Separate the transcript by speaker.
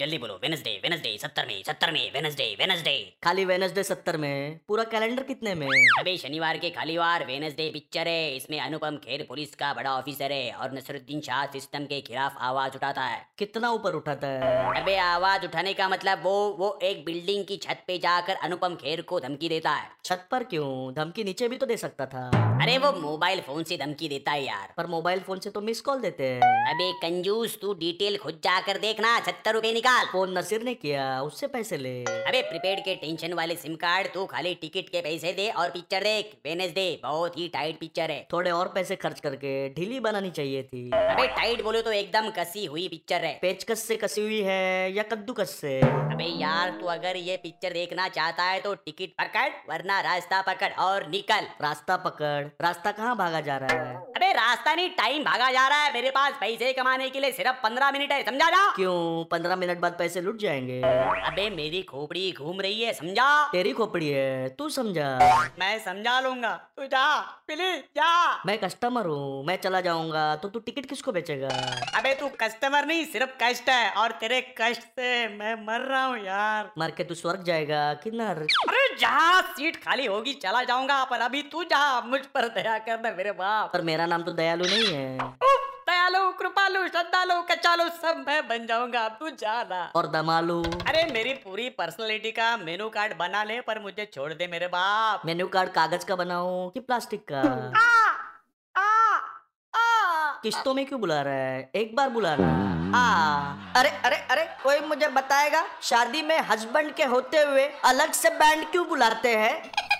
Speaker 1: जल्दी बोलो Wednesday Wednesday सत्तर में सत्तर में वेनसडे वेनसडे
Speaker 2: खाली वेनसडे सत्तर में है पूरा कैलेंडर कितने में है
Speaker 1: अबे शनिवार के खाली वार वेनसडे पिक्चर है इसमें अनुपम खेर पुलिस का बड़ा ऑफिसर है और नसरुद्दीन शाह सिस्टम के खिलाफ आवाज उठाता है
Speaker 2: कितना ऊपर उठाता है
Speaker 1: अबे आवाज उठाने का मतलब वो वो एक बिल्डिंग की छत पे जाकर अनुपम खेर को धमकी देता है
Speaker 2: छत पर क्यों धमकी नीचे भी तो दे सकता था
Speaker 1: अरे वो मोबाइल फोन से धमकी देता है यार
Speaker 2: पर मोबाइल फोन से तो मिस कॉल देते हैं
Speaker 1: अबे कंजूस तू डिटेल खुद जाकर देखना छत्तर रुपए निकाल
Speaker 2: फोन नसीर ने किया उससे पैसे ले
Speaker 1: अबे प्रीपेड के टेंशन वाले सिम कार्ड तू खाली टिकट के पैसे दे और पिक्चर देख वेनसडे बहुत ही टाइट पिक्चर है
Speaker 2: थोड़े और पैसे खर्च करके ढीली बनानी चाहिए थी
Speaker 1: अबे टाइट बोलो तो एकदम कसी हुई पिक्चर है
Speaker 2: पेचकस से कसी हुई है या कद्दूकस से
Speaker 1: अबे यार तू अगर ये पिक्चर देखना चाहता है तो टिकट पकड़ वरना रास्ता पकड़ और निकल
Speaker 2: रास्ता पकड़ रास्ता कहाँ भागा जा रहा है
Speaker 1: अबे रास्ता नहीं टाइम भागा जा रहा है मेरे पास पैसे कमाने के लिए सिर्फ पंद्रह मिनट है समझा ना
Speaker 2: क्यों पंद्रह मिनट बाद पैसे लुट जाएंगे
Speaker 1: अबे मेरी खोपड़ी घूम रही है समझा
Speaker 2: तेरी खोपड़ी है तू समझा
Speaker 1: मैं समझा लूंगा तू जा प्लीज जा
Speaker 2: मैं कस्टमर हूँ मैं चला जाऊंगा तो तू टिकट किसको बेचेगा
Speaker 1: अबे तू कस्टमर नहीं सिर्फ कष्ट है और तेरे कष्ट से मैं मर रहा हूँ यार
Speaker 2: मर के तू स्वर्ग जाएगा कि नर
Speaker 1: अरे जहाँ सीट खाली होगी चला जाऊंगा पर अभी तू जा मुझ पर दया करना मेरे बाप
Speaker 2: पर मेरा नाम तो दयालु नहीं है
Speaker 1: उफ, दयालु कृपालु श्रद्धालु कचालु सब मैं बन जाऊंगा अब तू जा ना
Speaker 2: और दमालू
Speaker 1: अरे मेरी पूरी पर्सनालिटी का मेनू कार्ड बना ले पर मुझे छोड़ दे मेरे बाप
Speaker 2: मेन्यू कार्ड कागज का बनाऊं कि प्लास्टिक का
Speaker 1: आ, आ, आ।
Speaker 2: किस्तों में क्यों बुला रहा है एक बार बुला रहा है। हाँ। आ
Speaker 3: अरे अरे अरे कोई मुझे बताएगा शादी में हस्बैंड के होते हुए अलग से बैंड क्यों बुलाते हैं